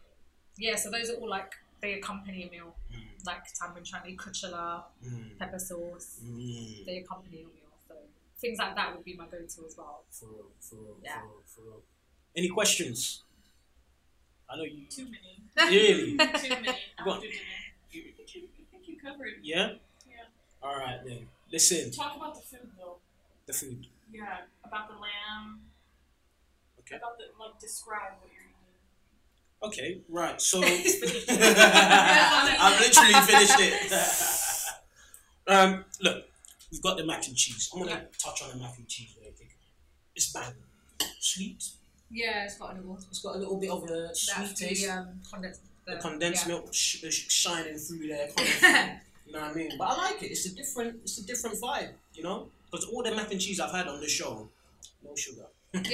yeah, so those are all like they accompany a meal, Mm. like tamarind chutney, kuchela, Mm. pepper sauce. Mm. They accompany a meal, so things like that would be my go-to as well. For real, for real, Yeah. for real, for real. Any questions? I know you. Too many. Really? Too many Go on. after dinner. I think you, I think you covered. Yeah? Yeah. All right then. Listen, Talk about the food though. the food. Yeah, about the lamb. Okay. About the like, describe what you're eating. Okay, right. So Yeah. I've literally finished it. um, look, we've got the mac and cheese. I'm gonna touch on the mac and cheese very quick. It's bang. Sweet. Yeah, it's got an award. It's got a little bit of a sweet That's the taste. um, condensed. The Condensed yeah. milk sh- sh- shining through there. kind of yeah, You know what I mean? But I like it. It's a different. It's a different vibe. You know, because all the mac and cheese I've had on the show, no sugar. so You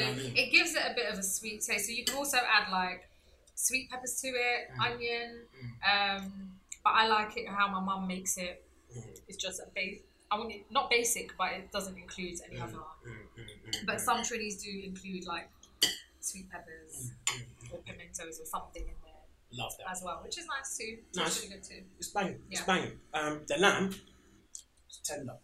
know what I mean? it gives it a bit of a sweet taste. So you can also add like sweet peppers to it, Mm. onion. Um, but I like it how my mum makes it. Mm, It's just a base. I wouldn't not basic, but it doesn't include any Mm. other. mm, mm, mm, But mm, some Trinis do include like sweet peppers mm, mm. or pimentos or something in there Love that. as well, which is nice too. Nice. It's really good too. It's banging. It's Yeah. banging. Um, the lamb, it's tender.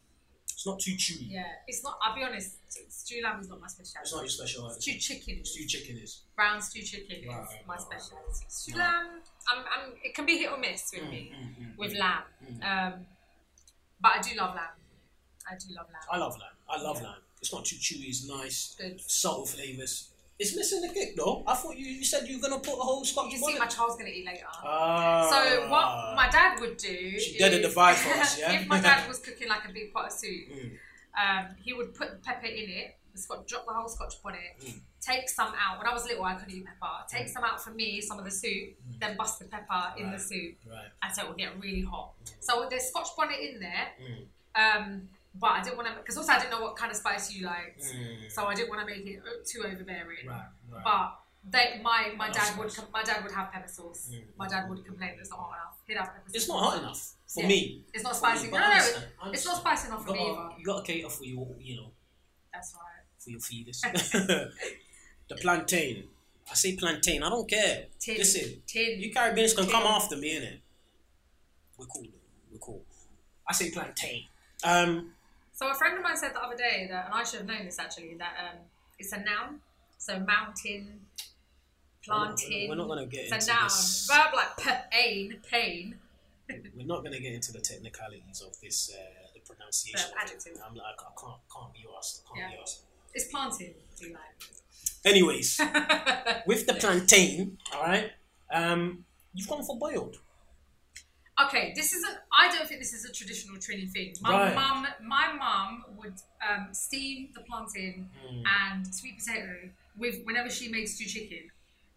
It's not too chewy. Yeah, it's not. I'll be honest, stew lamb is not my It's specialty. not your special. item. Stew chicken is Stew chicken is. brown stew chicken Right, is right, my right, right, specialty. right. Stew Right. lamb, I'm, I'm, it can be hit or miss with Mm, me mm, mm, with mm. lamb, Mm. um, but I do love lamb. I do love lamb. I love lamb. I love Yeah. lamb. It's not too chewy. It's nice. Good. Subtle flavors. It's missing the kick though. I thought you, you said you were gonna put a whole scotch You bonnet. see, my child's gonna eat later. ah. So what my dad would do She is, deadened the vibe for us, yeah? if my dad was cooking like a big pot of soup, Mm. um, he would put the pepper in it, the scotch, drop the whole scotch bonnet, Mm. take some out. When I was little, I couldn't eat pepper. Take some out for me, some of the soup, then bust the pepper in the Hmm. Right. soup, Right. and so it would get really hot. So there's scotch bonnet in there, Mm. um, but I didn't want to because also I didn't know what kind of spice you liked, Mm. so I didn't want to make it too overbearing. Right. Right. But they, my my Enough dad would sauce. com- my dad would have pepper sauce. Mm. My dad would complain it's not hot enough. He'd have pepper sauce. it's not hot enough for Yeah. me. It's not For me, spicy. but No, no, I no, understand, I it's not understand. spicy enough for You me gotta, either. you gotta cater for your, you know, That's right. for your feeders. the plantain. I say plantain. I don't care. Tin. Listen, Tin. you Caribbeans can come Tin. after me, innit? We're cool. though. We're cool. I say plantain. Um, So a friend of mine said the other day that, and I should have known this actually, that um, it's a noun. So mountain, plantain. We're not gonna It's get into a noun. this. Verb like pain, pain. we're not gonna get into the technicalities of this, uh, the pronunciation. The of it. adjective. I'm like, I can't, can't be asked. Can't be asked. It's planting. Do you like? Anyways, with the plantain, all right. Um, you've gone for boiled. Okay, this isn't. I don't think this is a traditional Trini thing. My Right. mum, my mum would um, steam the plantain Hmm. and sweet potato with whenever she made stew chicken.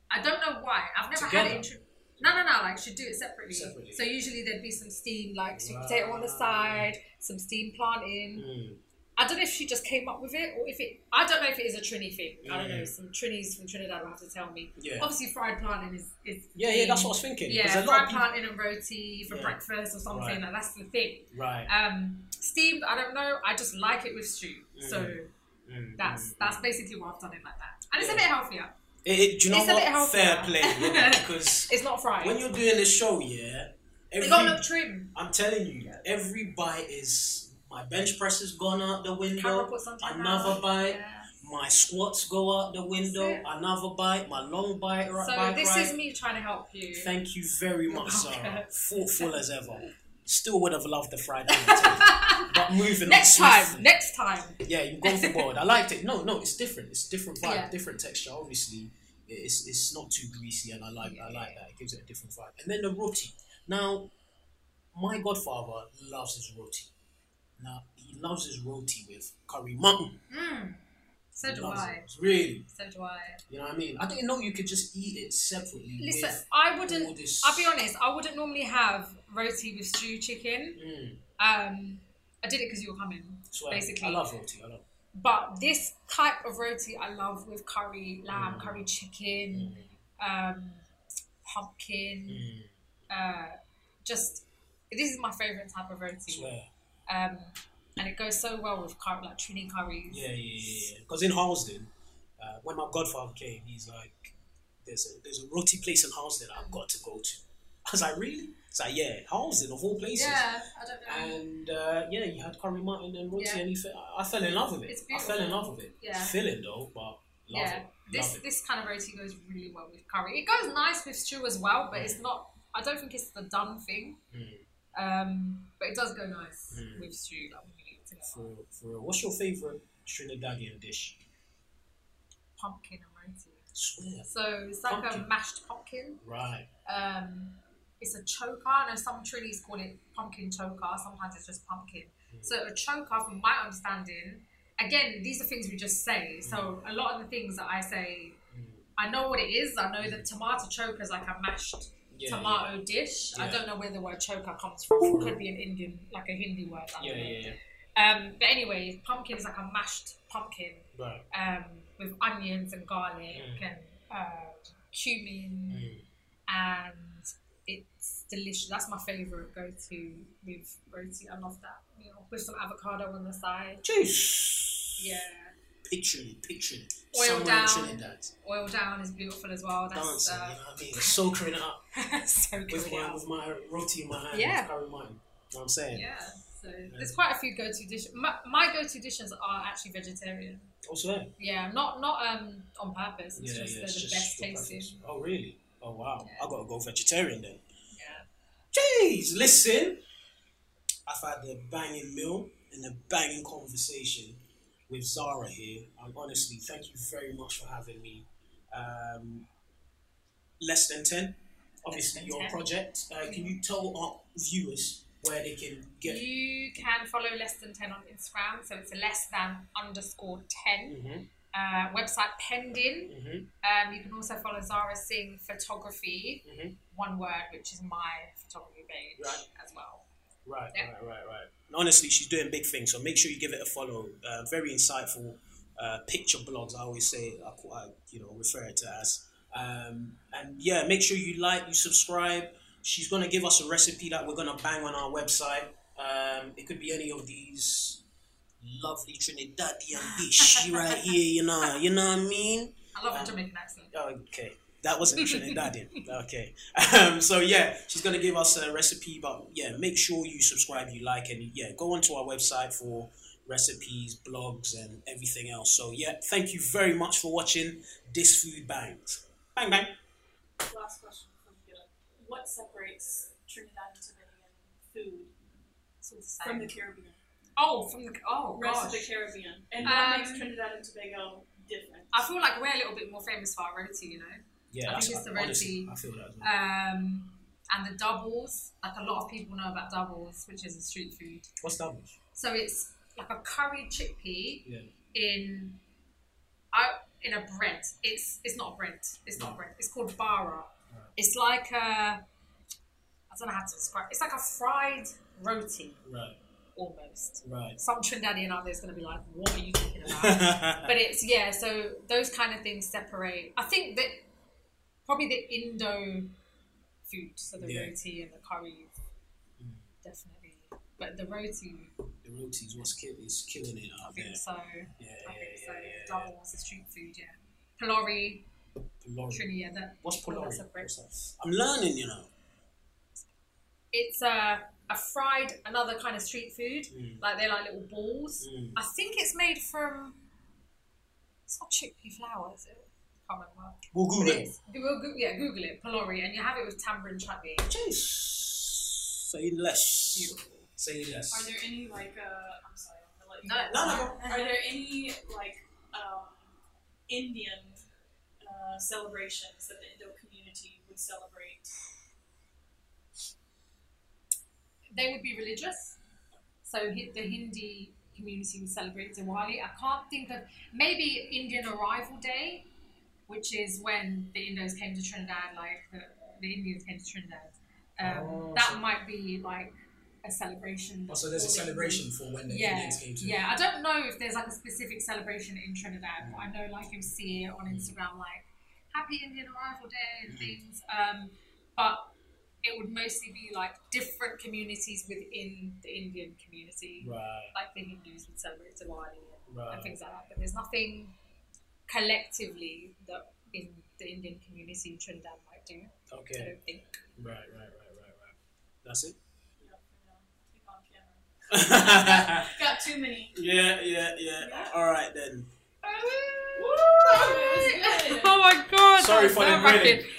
I don't know why. I've never had it. In tr- no, no, no. Like she'd do it separately. Separately. So usually there'd be some steamed like sweet potato on the Right. side, some steamed plantain. Mm. I don't know if she just came up with it or if it. I don't know if it is a Trini thing. I don't know. Mm. Some Trinis from Trinidad will have to tell me. Yeah. Obviously, fried plantain is. is Yeah, yeah. That's what I was thinking. 'cause yeah, a lot fried of people- plantain and roti for Yeah. breakfast or something. Right. Like, that's the thing. Right. Um, steamed, I don't know. I just like it with stew. So Mm. Mm, that's mm, that's mm. basically why I've done it like that. And it's Yeah. a bit healthier. It, it- do you know It's a bit what? healthier. Fair play, innit? because It's not fried. when you're doing a show, yeah, It every, got to look trim. I'm telling you, every bite is my bench press has gone out the Camera window, puts on time another out. bite, Yeah. my squats go out the window, it. another bite, my long bite, right So bite, this right. is me trying to help you. Thank you very You're much, Sarah. welcome. Thoughtful as ever. Still would have loved the fried plantain, but moving next on. time. swiftly. Next time. Yeah, you've gone for boiled. I liked it. No, no, it's different. It's different vibe, Yeah. different texture. Obviously, it's it's not too greasy, and I like I like that. It gives it a different vibe. And then the roti. Now, my godfather loves his roti. Now he loves his roti with curry mutton. Mm. So do Loves I. Really? So do I. You know what I mean? I didn't know you could just eat it separately. Listen, with I wouldn't. all this- I'll be honest. I wouldn't normally have roti with stew chicken. Mm, Um, I did it because you were coming. swear. Basically. I love roti. I love. But this type of roti I love with curry lamb, Mm. curry chicken, Mm, um, pumpkin. mm, Uh, just this is my favorite type of roti. swear. Um, and it goes so well with curry, like trini curries. Yeah, yeah, yeah. Because in Harlesden, uh, when my godfather came, he's like, there's a there's a roti place in Harlesden I've got to go to. I was like, really? It's like, yeah, Harlesden of all places. Yeah, I don't know. And uh, yeah, you had curry mutton and roti, Yeah. and he fe- I fell in love with it. It's I beautiful. fell in love with it. Yeah. It's filling though, but love Yeah. it. Love this it. this kind of roti goes really well with curry. It goes nice with stew as well, but it's not. I don't think it's the done thing. Mm. Um, but it does go nice Mm. with stew. Like when you eat it together. For for real. what's your favorite Trinidadian dish? pumpkin and roti. Swear. So it's like a Pumpkin. mashed pumpkin. Right. Um, it's a choker. I know some Trinis call it pumpkin choker. Sometimes it's just pumpkin. Mm. So a choker, from my understanding, again, these are things we just say. So a lot of the things that I say, Mm. I know what it is. I know the tomato choker is like a mashed Yeah, tomato dish. I Yeah. don't know where the word choker comes from. It could be an Indian, like a Hindi word. I don't Yeah, yeah, know. yeah. yeah. Um, but anyway, pumpkin is like a mashed pumpkin Right. um, with onions and garlic Mm. and uh, cumin, Mm. and it's delicious. That's my favorite go-to with roti. I love that meal with some avocado on the side. Jeez. Yeah, Picturing it, picturing it. Oil Somewhere down. in Trinidad. oil down is beautiful as well. That's Dancing, uh, you know what I mean? Soaking it up so good. with my, with my roti in my hand, Yeah. with curry mutton. You know what I'm saying? Yeah, so there's quite a few go-to dishes. My, my go-to dishes are actually vegetarian. Also, yeah. Yeah, not not um on purpose. It's just they're it's the just best your tasting. preference. Oh, really? Oh, wow. Yeah. i got to go vegetarian then. Yeah, Jeez, listen. I've had a banging meal and a banging conversation with Zara here. And honestly, thank you very much for having me. Um, less than 10, obviously, than your 10. project. Uh, can you tell our viewers where they can get you can follow less than ten on Instagram. So it's a less than underscore ten. Mhm, Uh, website pending. mhm. Um, you can also follow Zara Singh Photography, Mhm. one word, which is my photography page Right. as well. Right, Yeah. right, right, right. And honestly, she's doing big things, so make sure you give it a follow. Uh, very insightful uh, picture blogs. I always say, I, qu- I you know refer it to as. Um, and yeah, make sure you like, you subscribe. She's gonna give us a recipe that we're gonna bang on our website. Um, it could be any of these lovely Trinidadian dish right here. You know, you know what I mean. I love Um, the Jamaican accent. Okay. That wasn't Trinidadian. okay. Um, so yeah, she's gonna give us a recipe, but yeah, make sure you subscribe, you like, and yeah, go onto our website for recipes, blogs, and everything else. So yeah, thank you very much for watching this food bangs. Bang bang. Last question before we go. What separates Trinidad and Tobago food It's all the from the same. Caribbean? Oh, from the Um, oh rest gosh. of the Caribbean. And what Um, makes Trinidad and Tobago different? I feel like we're a little bit more famous for our roti, you know, Yeah, I think that's it's the red honestly, tea. I feel that as well. um, and the doubles. Like a lot of people know about doubles, which is a street food. What's that? one? So it's like a curry chickpea Yeah. in I in a bread. It's it's not bread. It's not bread. It's called bara. Right. It's like a I don't know how to describe. It's like a fried roti Right, almost. right. Some Trinidadian out there is going to be like, "What are you talking about?" but it's yeah. So those kind of things separate. I think that probably the Indo food, so the Yeah. roti and the curries, Mm. definitely. But the roti, the roti's what's kill is killing it I out there. think so. Yeah, I yeah, think so. yeah, yeah, yeah. Doubles the street food, yeah. Pilori, Polori. Trini, yeah. That, What's all that polori? separate. I'm learning, you know. It's a, a fried, another kind of street food. Mm, Like they're like little balls. mm. I think it's made from. It's not chickpea flour, is it? Can't remember. We'll But Google it. it's, we'll go, yeah, Google it, Pilori, and you have it with tamarind chutney. Jeez. Say less. Beautiful. Say less. Are there any like uh I'm sorry, I'm gonna let you No, No, no, no. Are there any like um, Indian uh, celebrations that the Indo community would celebrate? They would be religious. So hi- the Hindi community would celebrate Diwali. I can't think of maybe Indian Arrival Day, which is when the Indos came to Trinidad, like the, the Indians came to Trinidad. Um, Oh, that so- might be like a celebration. Oh, so there's a for the- celebration for when the Yeah, Indians came to. yeah. I don't know if there's like a specific celebration in Trinidad, but I know like you see it on Instagram, like Happy Indian Arrival Day Mm-hmm. and Mm. things. Um, but it would mostly be like different communities within the Indian community, Right, like the Hindus would celebrate Diwali and, and right. things like that. But there's nothing collectively that in the Indian community in Trinidad might do. I Okay. don't think. Right, right, right, right, right. That's it. You know, you know, keep on camera. Got too many. yeah, yeah, yeah. All right then. Oh my god! that Sorry was for the nerve-wracking. grinning.